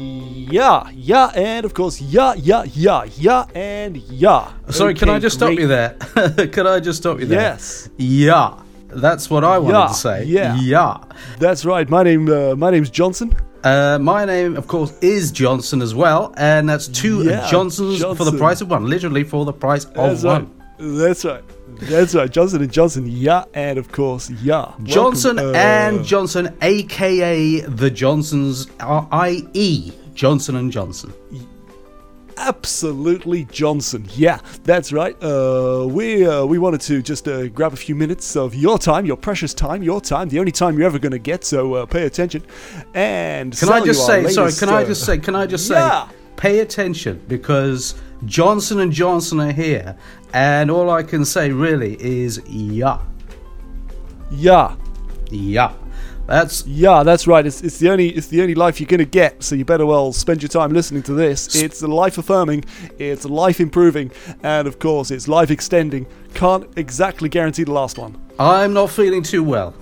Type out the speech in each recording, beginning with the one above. Yeah, yeah, and of course, yeah, yeah, yeah, yeah, and yeah. Sorry, can Okay, I just stop great. you there? can I just stop you there? Yes. Yeah. That's what I wanted Yeah, to say. yeah. Yeah. That's right. My name, uh, my name's Johnson. Uh, my name, of course, is Johnson as well, and that's two Yeah, Johnsons for the Johnson. price of one. Literally for the price of That's one. right. That's right. That's right. Johnson and Johnson. Yeah, and of course, yeah. Welcome, Johnson uh, and Johnson, aka the Johnsons, are- i.e. Johnson and Johnson. absolutely Johnson. Yeah, that's right. Uh, we uh, we wanted to just uh, grab a few minutes of your time, your precious time, your time, the only time you're ever going to get. So uh, pay attention. And Can sell I you just our say? sorry. latest, Can I uh, just say? Can I just say? Yeah. Pay attention because Johnson and Johnson are here, and all I can say really is yeah, Yeah, yeah. That's yeah, that's right. It's, it's the only it's the only life you're going to get. So you better well spend your time listening to this. It's life affirming, it's life improving, and of course, it's life extending. Can't exactly guarantee the last one. I'm not feeling too well.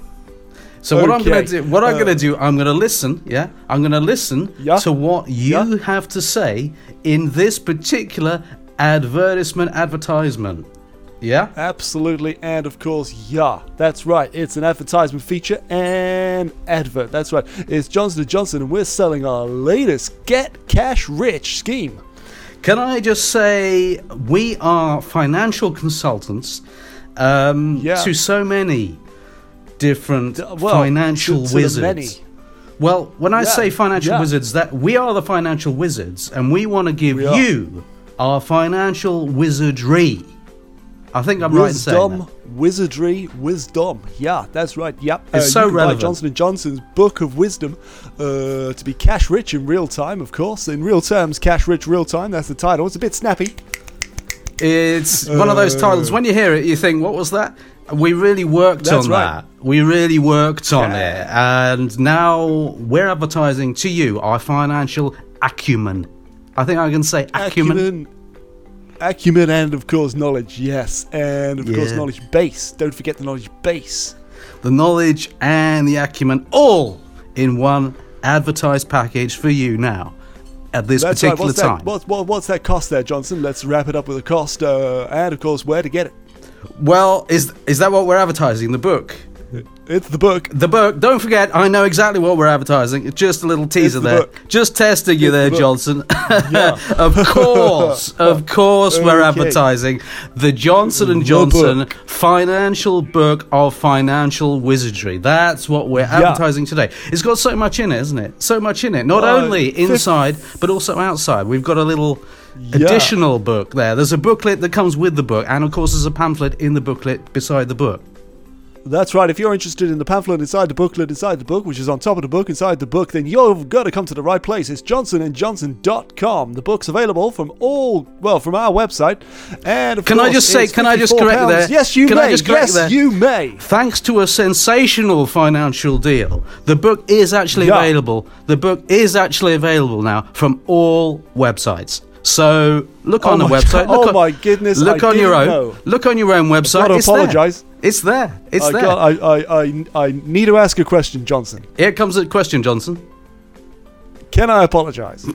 So what I'm gonna Okay. do? What I'm Uh, gonna do? I'm gonna listen. Yeah, I'm gonna listen Yeah. to what you Yeah. have to say in this particular advertisement. Advertisement. Yeah. Absolutely, and of course, yeah, that's right. It's an advertisement feature and advert. That's right. It's Johnson & Johnson, and we're selling our latest Get Cash Rich scheme. Can I just say we are financial consultants um, Yeah. to so many different D- well, financial to- to the wizards. many. Well, when I Yeah, say financial yeah. wizards, that we are the financial wizards, and we want to give We are. you our financial wizardry. I think I'm right in saying wisdom, that. wizardry, wisdom. Yeah, that's right. Yep. It's so you can relevant. Buy Johnson & Johnson's Book of Wisdom uh, to be cash rich in real time, of course. In real terms, cash rich real time. That's the title. It's a bit snappy. It's one of those titles. When you hear it, you think, "What was that?" We really worked Uh. That's on right. that. We really worked on Yeah. it, and now we're advertising to you our financial acumen. I think I can say acumen. acumen. Acumen and of course knowledge, yes. And of course Yeah. knowledge base. Don't forget the knowledge base. the knowledge and the acumen, all in one advertised package for you now at this That's right. particular What's time. that, what, what, what's that cost there, Johnson? Let's wrap it up with a cost. Uh, and of course, where to get it. Well, is is that what we're advertising? The book. It's the book. The book. Don't forget, I know exactly what we're advertising. It's Just a little teaser the there. book. Just testing you It's there, the book. Johnson. of course, of course, we're Okay. advertising the Johnson and Johnson Financial Book of Financial Wizardry. That's what we're advertising today. It's got so much in it, isn't it? So much in it. Not Uh, only fif- inside, but also outside. We've got a little. Yeah. Additional book there. There's a booklet that comes with the book, and of course, there's a pamphlet in the booklet beside the book. That's right. If you're interested in the pamphlet inside the booklet inside the book, which is on top of the book inside the book, then you've got to come to the right place. It's johnsonandjohnson.com. The book's available from all well from our website. And of Can I course, just say- it's can I just 54 correct you there? pounds. Yes, you Can may. I just correct yes, you there? you may. Thanks to a sensational financial deal, the book is actually Yeah. available. The book is actually available now from all websites. So look Oh on the my website. go- look oh on- my goodness, Look I on your own. didn't know. Look on your own website. gotta It's there. apologise. It's there. It's I, there. got- I, I, I, I need to ask a question, Johnson. Here comes the question, Johnson. Can I apologize?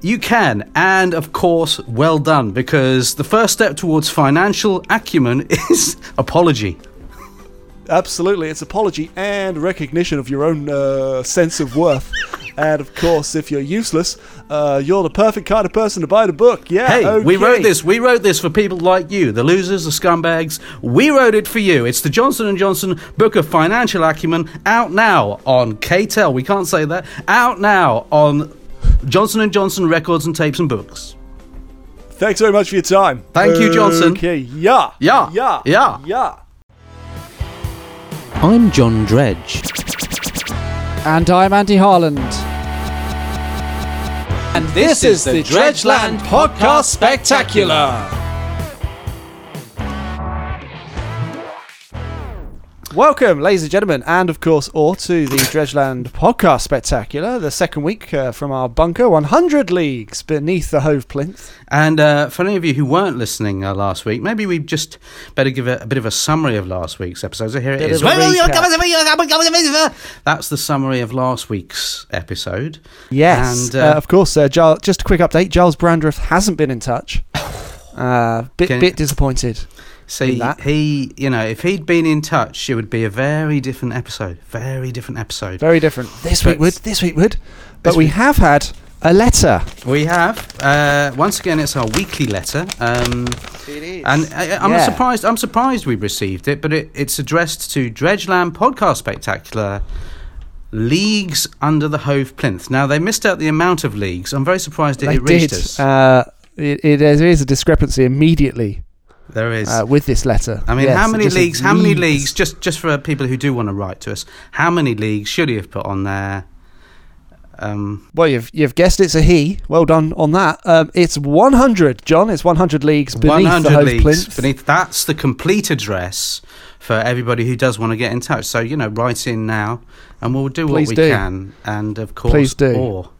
You can, and of course, well done, because the first step towards financial acumen is apology. Absolutely, it's apology and recognition of your own uh, sense of worth. and of course, if you're useless, uh, you're the perfect kind of person to buy the book. Yeah, Hey, we okay. wrote this. We wrote this for people like you, the losers, the scumbags. We wrote it for you. It's the Johnson and Johnson Book of Financial Acumen out now on KTEL. We can't say that. Out now on Johnson and Johnson Records and Tapes and Books. Thanks very much for your time. Thank you, Johnson. Okay, yeah, Yeah, yeah, yeah. yeah. I'm John Dredge. And I'm Andy Harland. And this is the Dredgeland Podcast Spectacular. Welcome, ladies and gentlemen, and of course, all to the Dredgeland Podcast Spectacular, the second week uh, from our bunker, 100 leagues beneath the Hove Plinth. And uh, for any of you who weren't listening uh, last week, maybe we just better give a, a bit of a summary of last week's episode. So here it Bit is. of a That's the summary of last week's episode. Yes, And, uh, uh, of course. Uh, Giles, just a quick update: Giles Brandreth hasn't been in touch. Uh, bit Can- bit disappointed. See, that. he, you know, if he'd been in touch, it would be a very different episode. Very different episode. Very different this But- week. Would this week would? But This we week- have had a letter. We have uh, once again. It's our weekly letter, um, and I, I'm Yeah. surprised. I'm surprised we received it, but it, it's addressed to Dredgeland Podcast Spectacular. Leagues under the Hove plinth. Now they missed out the amount of leagues. I'm very surprised it, They it reached did. us. Uh, it, it, there is a discrepancy immediately there is. uh, with this letter. I mean, Yes, how it many just says leagues? How many leagues? Just just for people who do want to write to us, how many leagues should he have put on there? Um, Well, you've you've guessed it's a he. Well done on that. Um, it's 100, John. It's 100 leagues beneath the 100 Hove leagues plinth. beneath. That's the complete address for everybody who does want to get in touch. So you know, write in now, and we'll do Please what we do. can. And of course, Please do. Or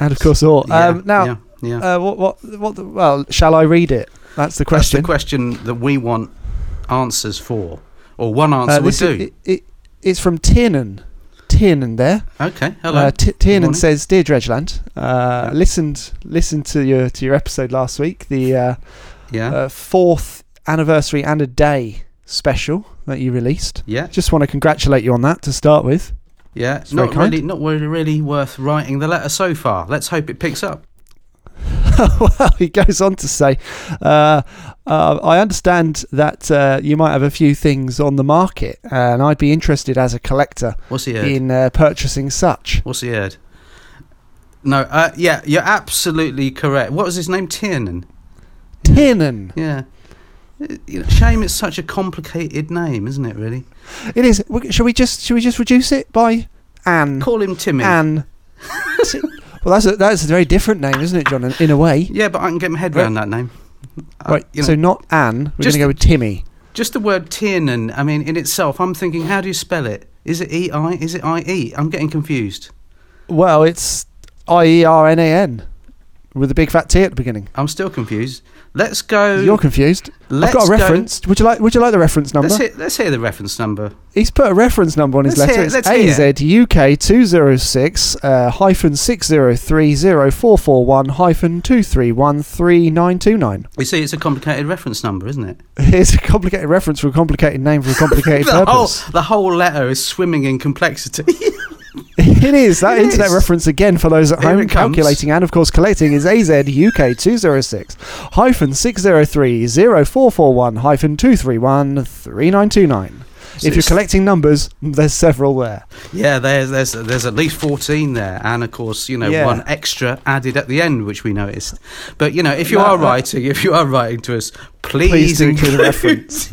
and of course, all. yeah, um, now, yeah, yeah. Uh, what what what? The, well, shall I read it? That's the that's question. the question that we want answers for, or one Uh, answer would this do. is- It, it, it's from Tiernan. Tiernan there. okay, hello. Uh, T- Tiernan morning. says, "Dear Dredgeland, uh, Yeah. listened listened to your to your episode last week, the uh, yeah, uh, fourth anniversary and a day special that you released. yeah. Just want to congratulate you on that to start with. Yeah, it's very not kind. really, not really, really worth writing the letter so far. Let's hope it picks up. well, he goes on to say, uh, uh, I understand that uh, you might have a few things on the market, and I'd be interested as a collector What's he heard? in uh, purchasing such. What's he heard? No, uh, yeah, you're absolutely correct. What was his name? Tiernan. Tiernan." Yeah. Uh, you know, shame it's such a complicated name, isn't it? Really, It is. We- Shall we just shall we just reduce it by Anne? call him Timmy. Anne. well, that's a, that's a very different name, isn't it, John? In, in a way. yeah, but I can get my head round that name. Uh, right. you know, so not Anne. We're going Just- to go with Timmy. just the word Tiernan. I mean, in itself, I'm thinking, how do you spell it? Is it E I? Is it I E? I'm getting confused. Well, it's I E R N A N with a big fat T at the beginning. I'm still confused. Let's go. You're confused. let's I've got a go- reference. Would you like Would you like the reference number? Let's hear, let's hear the reference number. He's put a reference number on his Let's letter. hear- let's it's hear. AZUK two zero six uh, hyphen six zero three zero four four one hyphen two three one three nine two nine. You see, it's a complicated reference number, isn't it? It's a complicated reference for a complicated name for a complicated The whole, purpose. the whole letter is swimming in complexity. it is that It internet is. reference again for those at Here home it comes. calculating and of course collecting is AZUK two zero six hyphen six zero three zero four four one hyphen two three one three nine two nine. If you're it's- collecting numbers, there's several there. yeah, there's there's there's at least fourteen there, and of course you know Yeah. one extra added at the end, which we noticed. But you know, if you No, are that- writing, if you are writing to us, please, Please do include a include reference.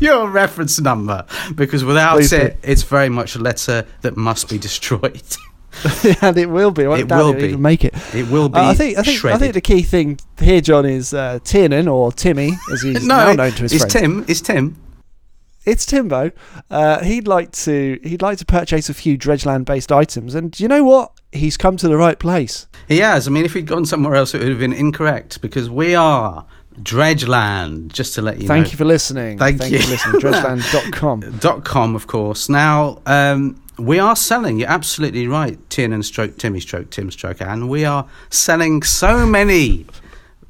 your reference number because without Please it, it's very much a letter that must be destroyed. and it will be. I It doubt will it'll be. even make it. It will be. Uh, I think I think shredded. I think the key thing here, John, is uh, Tiernan or Timmy, as he's now no, known to his it's friends. Tim. It's Tim. it's Timbo. Uh, he'd like to he'd like to purchase a few Dredgeland based items, and you know what? He's come to the right place. He has. I mean, if he'd gone somewhere else, it would have been incorrect because we are Dredgeland, just to let you Thank know. you for listening. Thank you. you for listening. Dredgeland.com. Dot com, of course. Now, um, we are selling, you're absolutely right, Tiernan stroke, Timmy stroke, Tim stroke, and we are selling so many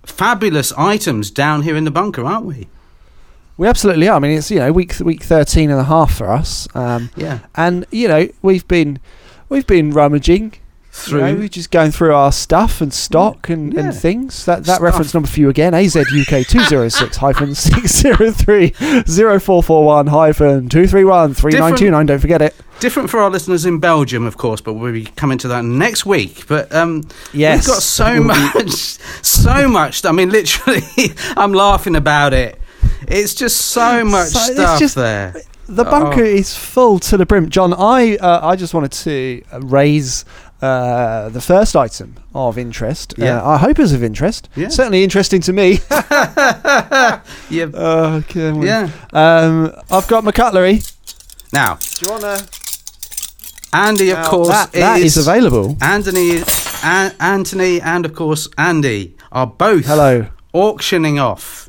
fabulous items down here in the bunker, aren't we? We absolutely are. I mean, it's you know week week thirteen and a half for us, um, Yeah. and you know we've been we've been rummaging. you Through. Mm, know, we're just going through our stuff and stock and, Yeah. and things. That that Stuff. reference number for you again, AZUK two zero six hyphen six zero three zero four four one hyphen two three one three nine two nine. Don't forget it. Different for our listeners in Belgium, of course, but we'll be coming to that next week. But um, Yes. we've got so much, so much. I mean, literally, I'm laughing about it. It's just so much So it's stuff just- there. The Oh. bunker is full to the brim, John. I uh, I just wanted to raise uh, the first item of interest. Yeah. Uh, I hope is of interest. Yeah. Certainly interesting to me. Yeah, uh, okay, well, yeah. Um, I've got my cutlery. Now, Do you want to? Andy, of Now, course, that- That is available. Anthony, An- Anthony, and of course Andy are both Hello. auctioning off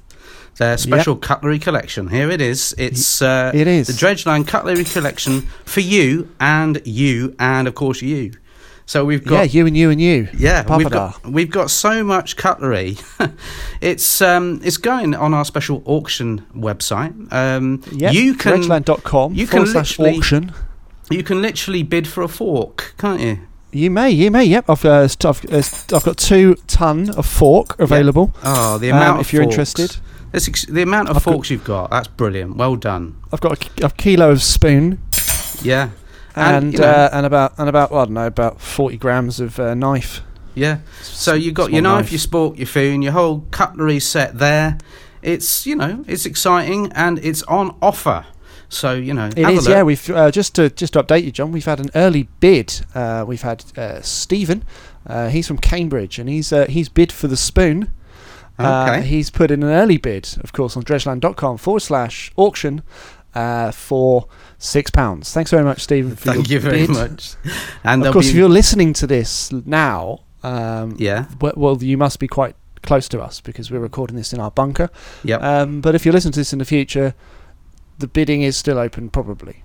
their special cutlery collection. Here it is. It's uh, it is. the Dredgeline Cutlery Collection for you and you and of course you. So we've yeah, got you and you and you. yeah, we've Pavadar. got we've got so much cutlery. it's um, it's going on our special auction website. Um, Yep. you can Redland.com you forward can slash literally- auction. you can literally bid for a fork, can't you? You may, you may. Yep, I've uh, st- I've, uh, st- I've got two ton of fork available. Oh, the Um, amount of if you're forks. interested. This ex- the amount of I've got- forks you've got, that's brilliant. Well done. I've got a, k- a kilo of spoon Yeah. and you know, uh, and about and about well, I don't know about forty grams of uh, knife. yeah. So you've got your small knife, knife. your spork, your spoon, your whole cutlery set there. It's, you know, it's exciting and it's on offer. So, you know, It have is, a look. yeah. We've uh, just to just to update you, John. We've had an early bid. Uh, we've had uh, Stephen. Uh, he's from Cambridge, and he's uh, he's bid for the spoon. Uh, Okay. he's put in an early bid, of course, on dredgeland.com forward slash auction uh, for six pounds. Thanks very much, Stephen. For Thank your you very bid. much. And Of there'll course, if be, you're listening to this now, um, yeah, w- well, you must be quite close to us because we're recording this in our bunker. Yep. Um, but if you listen to this in the future, the bidding is still open, probably.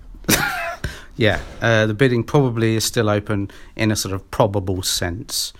yeah. Uh, the bidding probably is still open in a sort of probable sense.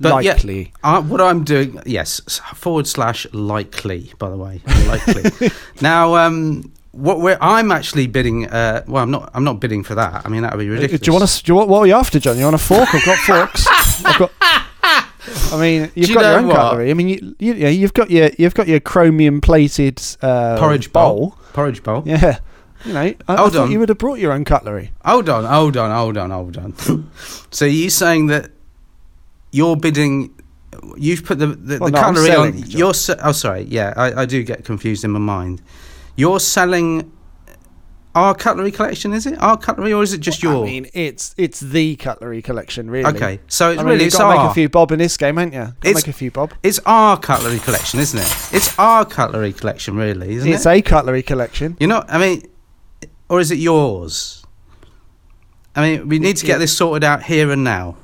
But yeah, Likely. Uh, what I'm doing, yes, s- forward slash likely, by the way, likely. now, um, what we're, I'm actually bidding. Uh, well, I'm not. I'm not bidding for that. I mean, that would be ridiculous. Uh, Do you want to? Do you want, what are you after, John? You want a fork? I've got forks. I've got. I mean, you've you got your know own what? cutlery. I mean, you, you, yeah, you've got your you've got your chromium plated uh, porridge bowl? Porridge bowl. Yeah, you know. I, I Hold thought on. you would have brought your own cutlery. Hold on, hold on, hold on, hold on. so you're saying that you're bidding? You've put the the, Well, the no, I'm cutlery selling, on. John. You're. Se- oh, sorry. Yeah, I, I do get confused in my mind. You're selling our cutlery collection, is it? Our cutlery, or is it just your? I mean, it's it's the cutlery collection, really. Okay, so I it's mean, really you've it's got to make our, a few bob in this game, haven't you? Got to It's- make a few bob. it's our cutlery collection, isn't it? It's our cutlery collection, really, isn't It's it? a cutlery collection. you know, I mean, or is it yours? I mean, we need to get this sorted out here and now.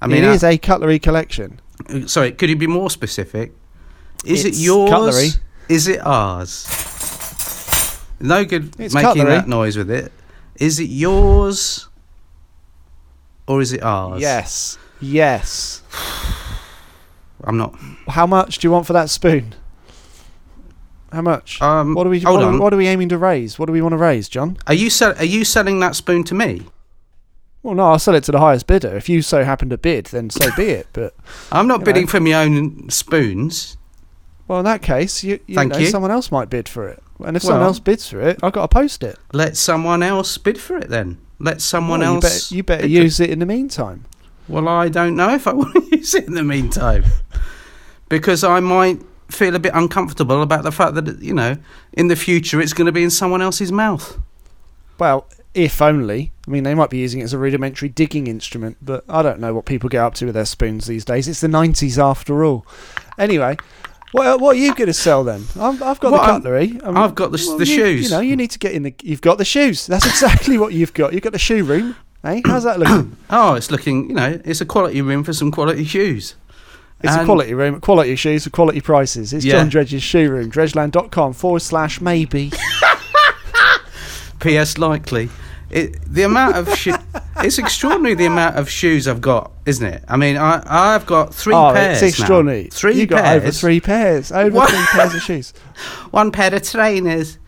I mean, it is a cutlery collection. uh, sorry, could you be more specific? Is It's it yours? cutlery. Is it ours? No good It's making cutlery. that noise with it. Is it yours? Or is it ours? Yes, yes. I'm not. How much do you want for that spoon? How much? Um, what are we? hold what, are, on. we- what are we aiming to raise? What do we want to raise, John? Are you sell- Are you selling that spoon to me? Well, no, I'll sell it to the highest bidder. If you so happen to bid, then so be it. But I'm not You bidding know. for my own spoons. well, in that case, you, you Thank know, you. someone else might bid for it, and if someone Well- else bids for it, I've got to post it. Let someone else bid for it then. Let someone Well, else. You better, you better bid for- use it in the meantime. Well, I don't know if I want to use it in the meantime because I might feel a bit uncomfortable about the fact that you know in the future it's going to be in someone else's mouth. Well, if only. I mean, they might be using it as a rudimentary digging instrument, but I don't know what people get up to with their spoons these days. It's the 90s after all. Anyway, what, what are you going to sell then? I'm, I've got Well, the I'm- cutlery. I I've got the s- the you, shoes. You know, you need to get in the. You've got the shoes. That's exactly what you've got. You've got the shoe room. Hey, how's that looking? Oh, it's looking. You know, it's a quality room for some quality shoes. It's a And- quality room, quality shoes for quality prices. It's Yeah. John Dredge's shoe room, dredgeland.com forward slash maybe. P.S. Likely. It, the amount of sho it's extraordinary the amount of shoes I've got, isn't it? I mean, I I've got three oh, pairs. it's extraordinary. Now. Three you pairs. got over three pairs, over What? three pairs of shoes. One pair of trainers.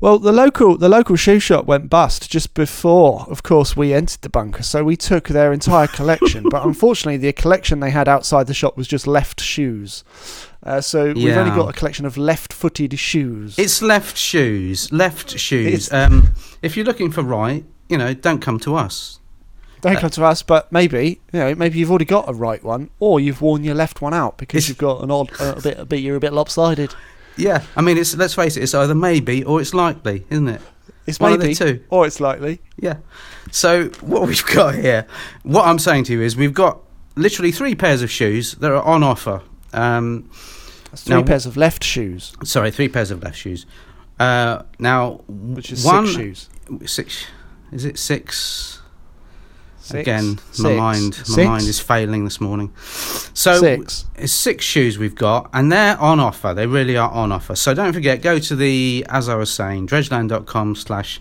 Well, the local the local shoe shop went bust just before, of course, we entered the bunker. So we took their entire collection, but unfortunately, the collection they had outside the shop was just left shoes. Uh, so we've only Yeah. got a collection of left-footed shoes. It's left shoes. Left shoes. It's- Um, if you're looking for right, you know, don't come to us. Uh, Don't come to us, but maybe you know, maybe you've already got a right one, or you've worn your left one out because It's- you've got an odd, a bit, a bit, you're a bit lopsided. Yeah, I mean, it's let's face it, it's either maybe or it's likely, isn't it? It's One of the maybe, two. or it's likely. Yeah. So what we've got here, what I'm saying to you is, we've got literally three pairs of shoes that are on offer. Um, That's three Now- pairs of left shoes, sorry, three pairs of left shoes. Uh, now, which is one six shoes. six. Is it six? Six. Again, my Six. mind, my Six. mind is failing this morning. So Six. it's six shoes we've got, and they're on offer. They really are on offer. So don't forget, go to the, as I was saying, dredgeland.com slash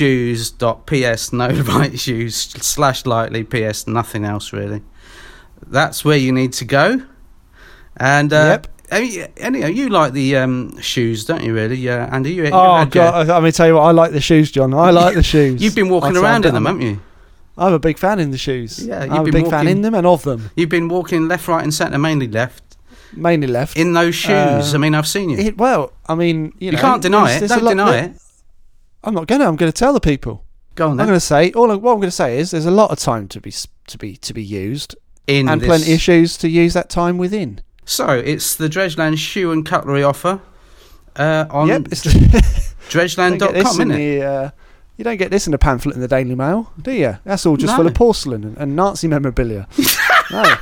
leftshoes.ps, no right shoes, slash lightly, ps, nothing else really. That's where you need to go. And, uh, Yep. any- anyhow, you like the um, shoes, don't you, really? Yeah, Andy, you, you Oh had, your- god! I, I mean, tell you what, I like the shoes, John. I like the shoes. You've been walking I'll tell around you in them, that. haven't you? I'm a big fan in the shoes. Yeah, you've I'm a been big fan walking- in them and of them, You've been walking left, right, and centre, mainly left, mainly left. in those shoes. Uh, I mean, I've seen you. You, It- well, I mean, you, know, can't deny there's- it. there's a Don't lot- deny it. I'm not gonna. I'm gonna tell the people. Go on I'm then. gonna say all. I- What I'm gonna say is there's a lot of time to be s- to be to be used, In and this- plenty of shoes to use that time within. So it's the Dredgeland shoe and cutlery offer uh, on yep, Um, it's dredgeland.com, don't get this in isn't it? the, uh, you don't get this in a pamphlet in the Daily Mail, do you? That's all just No. full of porcelain and, and Nazi memorabilia. no,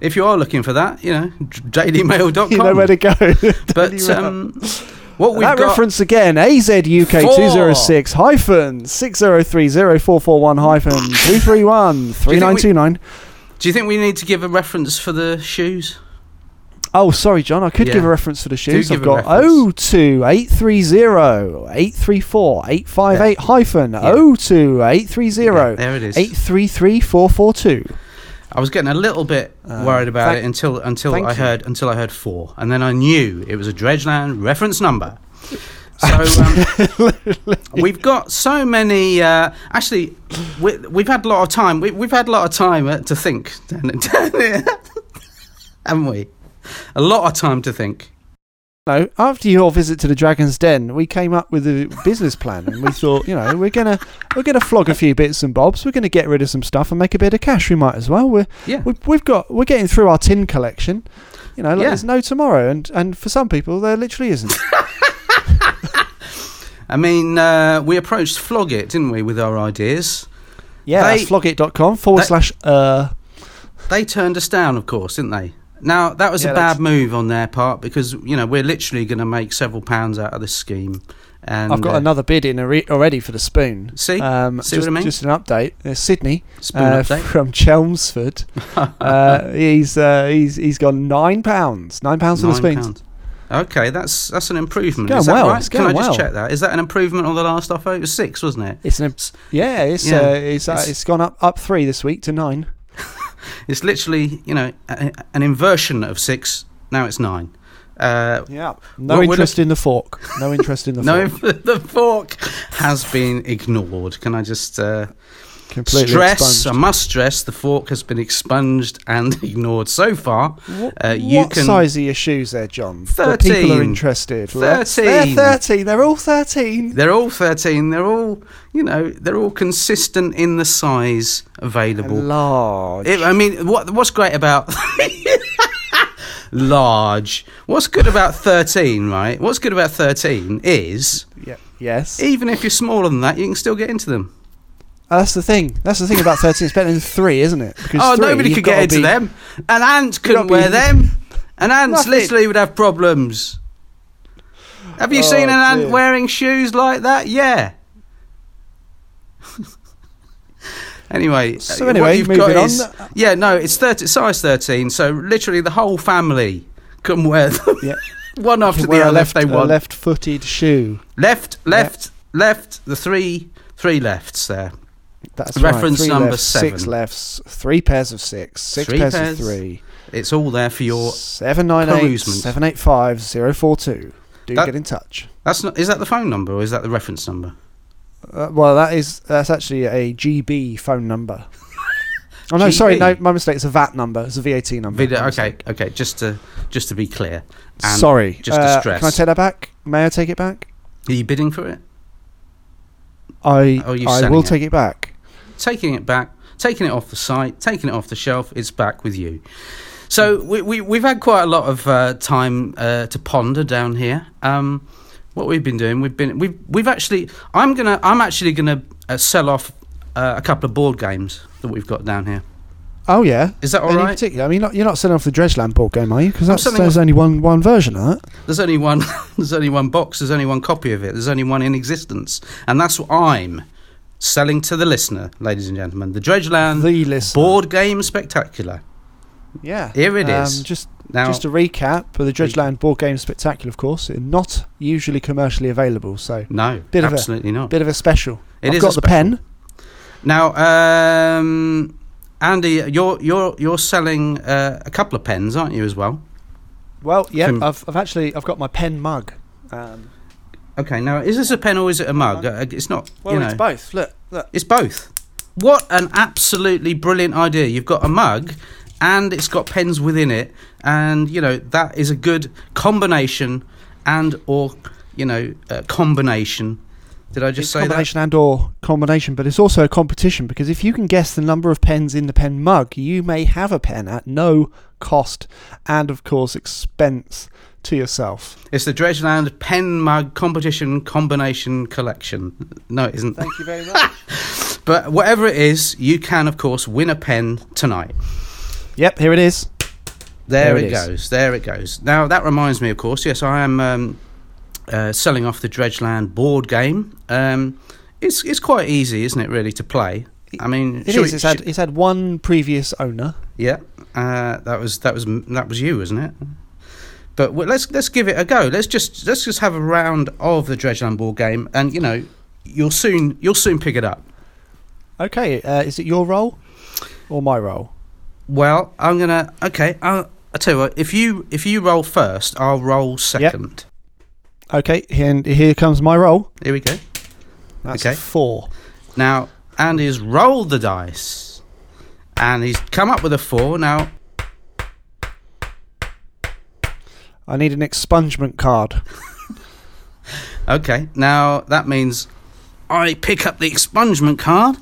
If you are looking for that, you know, dr- dailymail.com. you know where to go. Daily but Mail. um, what we've that got, reference again, Four. AZUK two zero six hyphen six zero three zero four four one hyphen two three one three nine two nine. do you think we need to give a reference for the shoes? Oh, sorry, John. I could Yeah. give a reference for the shoes. give I've a got reference. 02830 834 858 hyphen Yeah. 02830 Yeah, there it is. 833442. I was getting a little bit Uh, worried about thank- it until until thank I you. heard until I heard four, and then I knew it was a Dredgeland reference number. So um, we've got so many. Uh, actually, we, we've had a lot of time. We, we've had a lot of time uh, to think, haven't we? A lot of time to think. No, after your visit to the Dragon's Den, we came up with a business plan and we thought, you know, we're gonna we're gonna flog a few bits and bobs. We're gonna get rid of some stuff and make a bit of cash. We might as well. We're Yeah. we've, we've got we're getting through our tin collection. You know, like Yeah. there's no tomorrow, and and for some people there literally isn't. I mean, uh, we approached Flog It, didn't we, with our ideas? Yeah, They- that's flogit.com forward they- slash uh They turned us down, of course, didn't they? Now that was Yeah, a that's- bad move on their part because you know we're literally going to make several pounds out of this scheme. And I've got uh, another bid in alre- already for the spoon. See? um, See just, what I mean? Just an update. Uh, Sydney spoon uh, update. from Chelmsford. uh, he's uh, he's he's gone nine pounds. Nine pounds for the Nine spoons. pounds. Okay, that's that's an improvement. It's Is going that well, right? it's Can I going just well. check that? Is that an improvement on the last offer? It was six, wasn't it? It's an yeah. It's Yeah, Uh, it's, uh, it's- it's gone up up three this week to nine. It's literally you know a, a- an inversion of six. Now it's nine. Uh, Yeah. Well, No we're interest in the fork. No interest in the no, fork. the fork has been ignored. Can I just? Uh, Completely stress. Um, I expunged. must stress the fork has been expunged and ignored so far. What, Uh, you what can- size are your shoes there, John? That people Thirteen. are interested. Well, that's- they're Thirteen. 13. They're all 13. They're all 13. They're all, you know, they're all consistent in the size available. Large. It- I mean, what what's great about large? What's good about 13, right? What's good about 13 is yeah. Yes. even if you're smaller than that, you can still get into them. Oh, that's the thing. That's the thing about 13. It's better than three, isn't it? Because Oh, three, nobody you've could get gotta into be- them. An ant couldn't gotta wear be- them. An ant Nothing. literally would have problems. Have you Oh, seen an ant dear. wearing shoes like that? Yeah. anyway, So uh, what anyway, you've moving got on. is yeah, no, it's 30, size thirteen. So literally, the whole family can wear them. Yeah. One after Can the wear a other, if left, they a want. Left, left-footed shoe. left, left, The three, three lefts there. That's Reference right. Three number lefts, Six seven. lefts, three pairs of six, six Three pairs, pairs of three. It's all there for your. seven nine eight perusement. seven eight five zero four two. Do That- get in touch. That's not. Is that the phone number or is that the reference number? Uh, well, that is that's actually a GB phone number. oh no, sorry, GB? no, my mistake. It's a VAT number. It's a VAT number. Video. Okay. My mistake. Okay. Just to just to be clear. And sorry. just to Uh, stress. Can I take that back? May I take it back? Are you bidding for it? I Oh, you're I selling will it. take it back. Taking it back. Taking it off the site. Taking it off the shelf. It's back with you. So we, we we've had quite a lot of uh, time uh, to ponder down here. Um, what we've been doing, we've been we've we've actually. I'm gonna. I'm actually gonna uh, sell off uh, a couple of board games that we've got down here. Oh yeah. Is that all Any right? particular? I mean, not, you're not selling off the Dredgeland board game, are you? Because that's selling there's only one one version of that. There's only one. there's only one box. There's only one copy of it. There's only one in existence, and that's what I'm selling to the listener, ladies and gentlemen. The Dredgeland The list. Board Game Spectacular. Yeah. Here it Um, is. Just Now, just to recap, but the Dredgeland board game spectacular, of course, not usually commercially available. So no, bit of a- absolutely not. bit of a special. It I've is a got special. the pen. Now, um, Andy, you're you're you're selling uh, a couple of pens, aren't you, as well? Well, yeah. Can- I've I've actually I've got my pen mug. Um, Okay. Now, is this a pen or is it a mug? Uh, It's not. well, you know, it's both. Look, look. It's both. What an absolutely brilliant idea. You've got a mug and it's got pens within it and you know that is a good combination and or you know uh, combination. Did I just It's say that? combination and or combination, but it's also a competition because if you can guess the number of pens in the pen mug, you may have a pen at no cost and of course expense to yourself. It's the Dredgeland pen mug competition combination collection. No, it isn't. Thank you very much. But whatever it is, you can of course win a pen tonight. yep, here it is. There, There it, it is. goes. There it goes. Now that reminds me, of course. Yes, I am um, uh, selling off the Dredgeland board game. Um, it's it's quite easy, isn't it? Really to play. I mean, It is. shall we- It's had it's had one previous owner. yeah, uh, that was that was that was you, wasn't it? But well, let's let's give it a go. Let's just let's just have a round of the Dredgeland board game, and you know, you'll soon you'll soon pick it up. Okay, uh, is it your role or my role? Well, I'm gonna okay. I'll, I tell you what. If you if you roll first, I'll roll second. Okay, here, here comes my role. Here we go. That's Okay. four. Now, Andy's rolled the dice and he's come up with a four. Now, I need an expungement card. okay, now that means I pick up the expungement card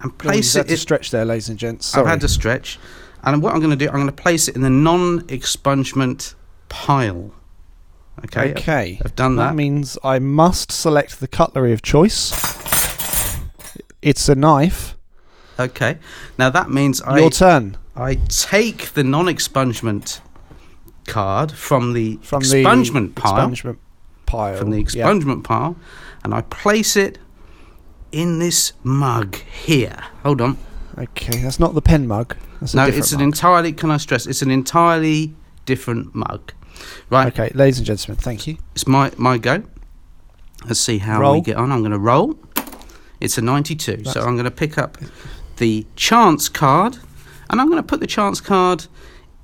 and place You've Oh, had it. to In, stretch there, ladies and gents. I've Sorry. had to stretch. And what I'm going to do, I'm going to place it in the non expungement pile. Okay. I've- okay. I've done That that. means I must select the cutlery of choice. It's a knife. Okay. Now that means I Your turn. I take the non expungement card from the From the expungement pile. Expungement pile. from the Yeah. expungement pile and I place it in this mug here. Hold on. Okay, that's not the pen mug. That's a no, different it's an mug. entirely, can I stress, it's an entirely different mug. Right, Okay, ladies and gentlemen, thank you. it's my, my go. Let's see how we Roll. get on. I'm going to roll. It's a 92, so That's- I'm going to pick up the chance card and I'm going to put the chance card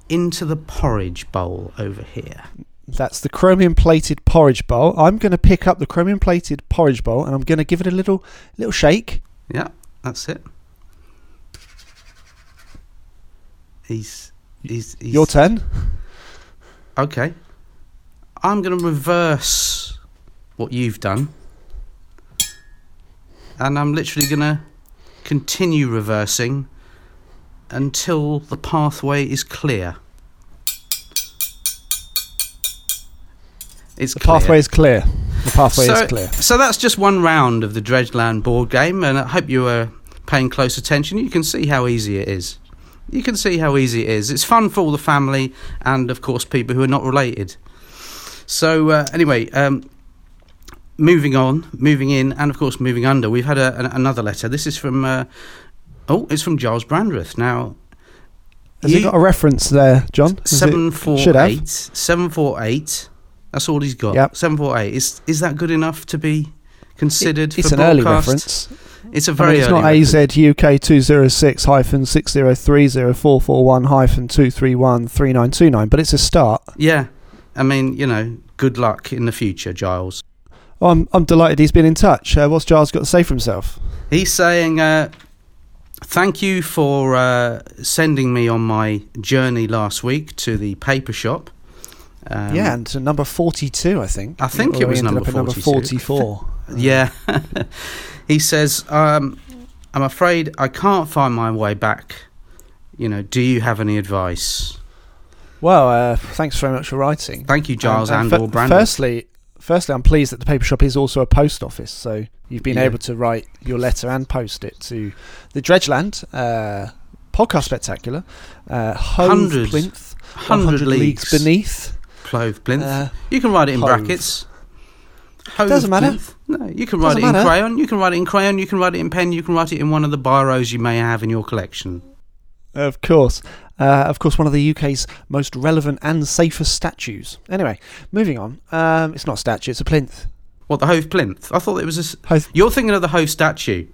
into the porridge bowl over here. That's the chromium plated porridge bowl. I'm going to pick up the chromium plated porridge bowl and I'm going to give it a little little shake. Yeah, that's it. He's he's, he's Your turn. okay. I'm going to reverse what you've done, and I'm literally going to continue reversing until the pathway is clear. It's The clear. pathway is clear. The pathway So- is clear. So that's just one round of the Dredgeland board game, and I hope you were paying close attention. You can see how easy it is. You can see how easy it is. It's fun for all the family and, of course, people who are not related. So, uh, anyway, um, moving on, moving in, and, of course, moving under, we've had a, an, another letter. This is from, uh, oh, it's from Giles Brandreth. Now, Has you- it got a reference there, John? Has it- Seven four should have. eight. Seven four eight. That's all he's got. Yep. Seven four eight. Is is that good enough to be considered? it's for an early broadcast? reference. It's a I mean, very it's early. not reference. AZUK two zero six hyphen six zero three zero four four one hyphen two three one three nine two nine, but it's a start. Yeah. I mean, you know, good luck in the future, Giles. Oh, I'm I'm delighted he's been in touch. Uh, what's Giles got to say for himself? He's saying, uh, thank you for uh, sending me on my journey last week to the paper shop. Um, yeah, and to number forty two, I think. I think Well, it was we ended number up at number 42. forty four. Yeah. he says, um, I'm afraid I can't find my way back. You know, do you have any advice? Well, uh, thanks very much for writing, Thank you, Giles Um, and, fir- or Brandon. Firstly, firstly, I'm pleased that the paper shop is also a post office, so you've been Yeah. able to write your letter and post it to the Dredgeland. Uh, podcast spectacular. Uh, Hove Hundred. Plinth, 100, 100 leagues. leagues, beneath. Clove plinth. Uh, you can write it in Hove. brackets. Hove Doesn't matter. plinth. No, you can write Doesn't it in matter. crayon. You can write it in crayon. You can write it in pen. You can write it in one of the biros you may have in your collection. Of course. Uh, of course, one of the UK's most relevant and safest statues. Anyway, moving on. Um, it's not a statue, it's a plinth. What the Hove plinth? I thought it was a. s- Hove- You're thinking of the Hove statue.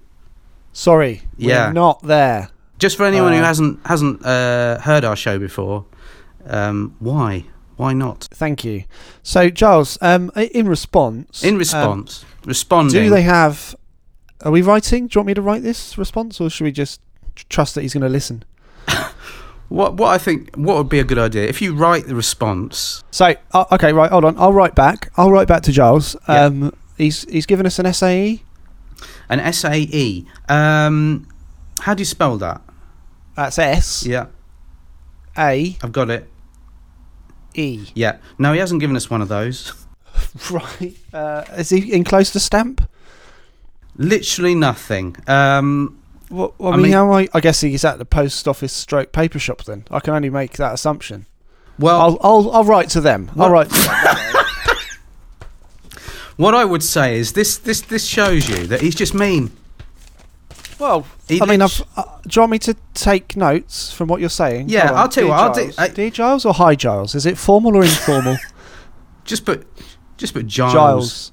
Sorry, Yeah. we're not there. Just for anyone who Uh, hasn't hasn't uh, heard our show before, um, why why not? Thank you. So, Giles, um, i- in response, In um, response, responding. do they have? Are we writing? Do you want me to write this response, or should we just tr- trust that he's going to listen? What what I think what would be a good idea if you write the response. So, uh, okay, right, hold on. I'll write back. I'll write back to Giles. Yeah. Um, He's he's given us an E. SAE. An SAE. Um, how do you spell that? That's S Yeah, A I've got it. E. Yeah. No, he hasn't given us one of those. Right. Uh, is he enclosed a stamp? Literally nothing. Um, What, I, I mean, mean- how I, I guess he's at the post office stroke paper shop. Then I can only make that assumption. well, I'll I'll, I'll write to them. I'll What- write. To them. what I would say is this this this shows you that he's just mean. Well, He I mean, I've, lit- uh, do you want me to take notes from what you're saying? Yeah, Hold on. I'll tell you Dear what, I'll do- Giles. I- Dear Giles or Hi Giles? Is it formal or informal? Just put just put Giles.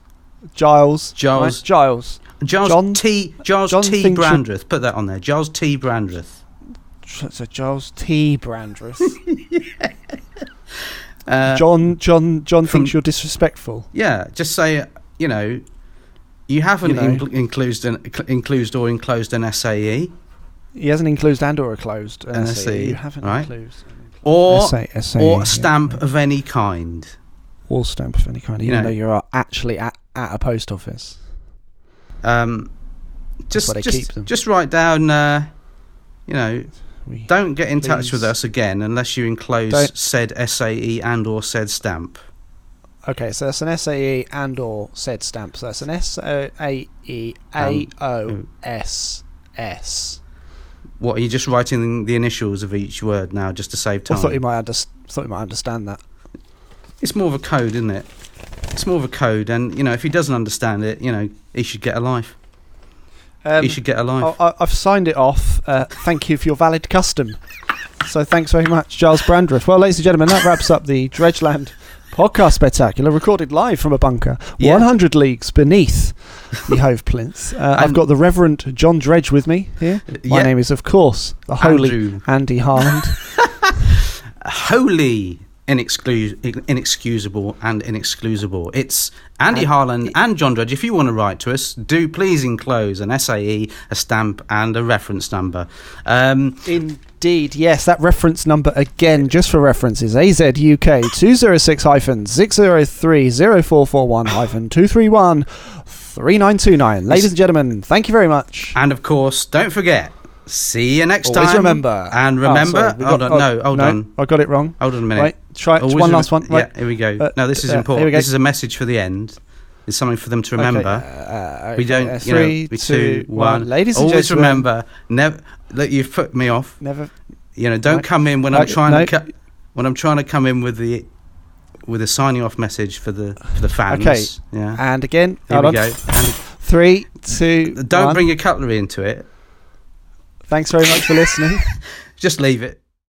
Giles. Giles. Right, Giles. Giles John- T. Giles John T. thinks you- Brandreth. Put that on there. Giles T. Brandreth. So Giles T. Brandreth. Uh, John. John. John from- thinks you're disrespectful. yeah, just say you know you haven't You know. incl- included an, cl- included or enclosed an E SAE He hasn't enclosed and or closed. an An SAE. SAE, You haven't right. enclosed. or SAE, SAE, or E, yeah. a stamp of any kind. Or stamp of any kind, even No. though you are actually at, at a post office. Um, just why they keep just them. just write down. Uh, you know, We, don't get in touch with Please. us again unless you enclose Don't. said SAE and or said stamp. okay, so that's an SAE and or said stamp. So that's an S O A E A Um, O S S. What are you just writing the initials of each word now just to save I time? thought you might under, thought you might understand that. it's more of a code, isn't it? It's more of a code, and you know, if he doesn't understand it, you know, he should get a life. Um, he should get a life. I, I- I've signed it off. Uh, thank you for your valid custom. So thanks very much, Giles Brandreth. Well, ladies and gentlemen, that wraps up the Dredgeland podcast spectacular, recorded live from a bunker Yeah. 100 leagues beneath the Hove Plinth. Uh, I've And- got the Reverend John Dredge with me here. oh, My Yeah. name is, of course, the Holy Andrew. Andy Harland. wholly inexcus- inexcusable and inexcusable. It's Andy And- Harland and John Dredge. If you want to write to us, do please enclose an SAE, a stamp, and a reference number. Um, Indeed, yes. That reference number again, just for reference, is AZUK two zero six hyphen six zero three zero four four one hyphen two three one three nine two nine. Ladies and gentlemen, thank you very much. and of course, don't forget. See you next Always time. remember. And Oh, remember. sorry, we hold on. got- oh, no, hold on. I got it wrong. Hold on a minute. Right, try Always Uh, one remem- last one. Right. Oh, Yeah, here we go. Uh, no, this is uh, here we important. go. This is a message for the end. It's something for them to Okay, remember. uh, We okay, don't, uh, you know, three, we two, two, one. Ladies and Always gentlemen, remember, never. Look, you've put me off. Never. You know, don't Right. come in when Right, I'm trying no. to cu- when I'm trying to come in with the with a signing off message for the for the fans. Okay. Uh, Yeah. And again, Here hold we on. go. Three, two, Don't one. bring your cutlery into it. Thanks very much for listening. Just leave it.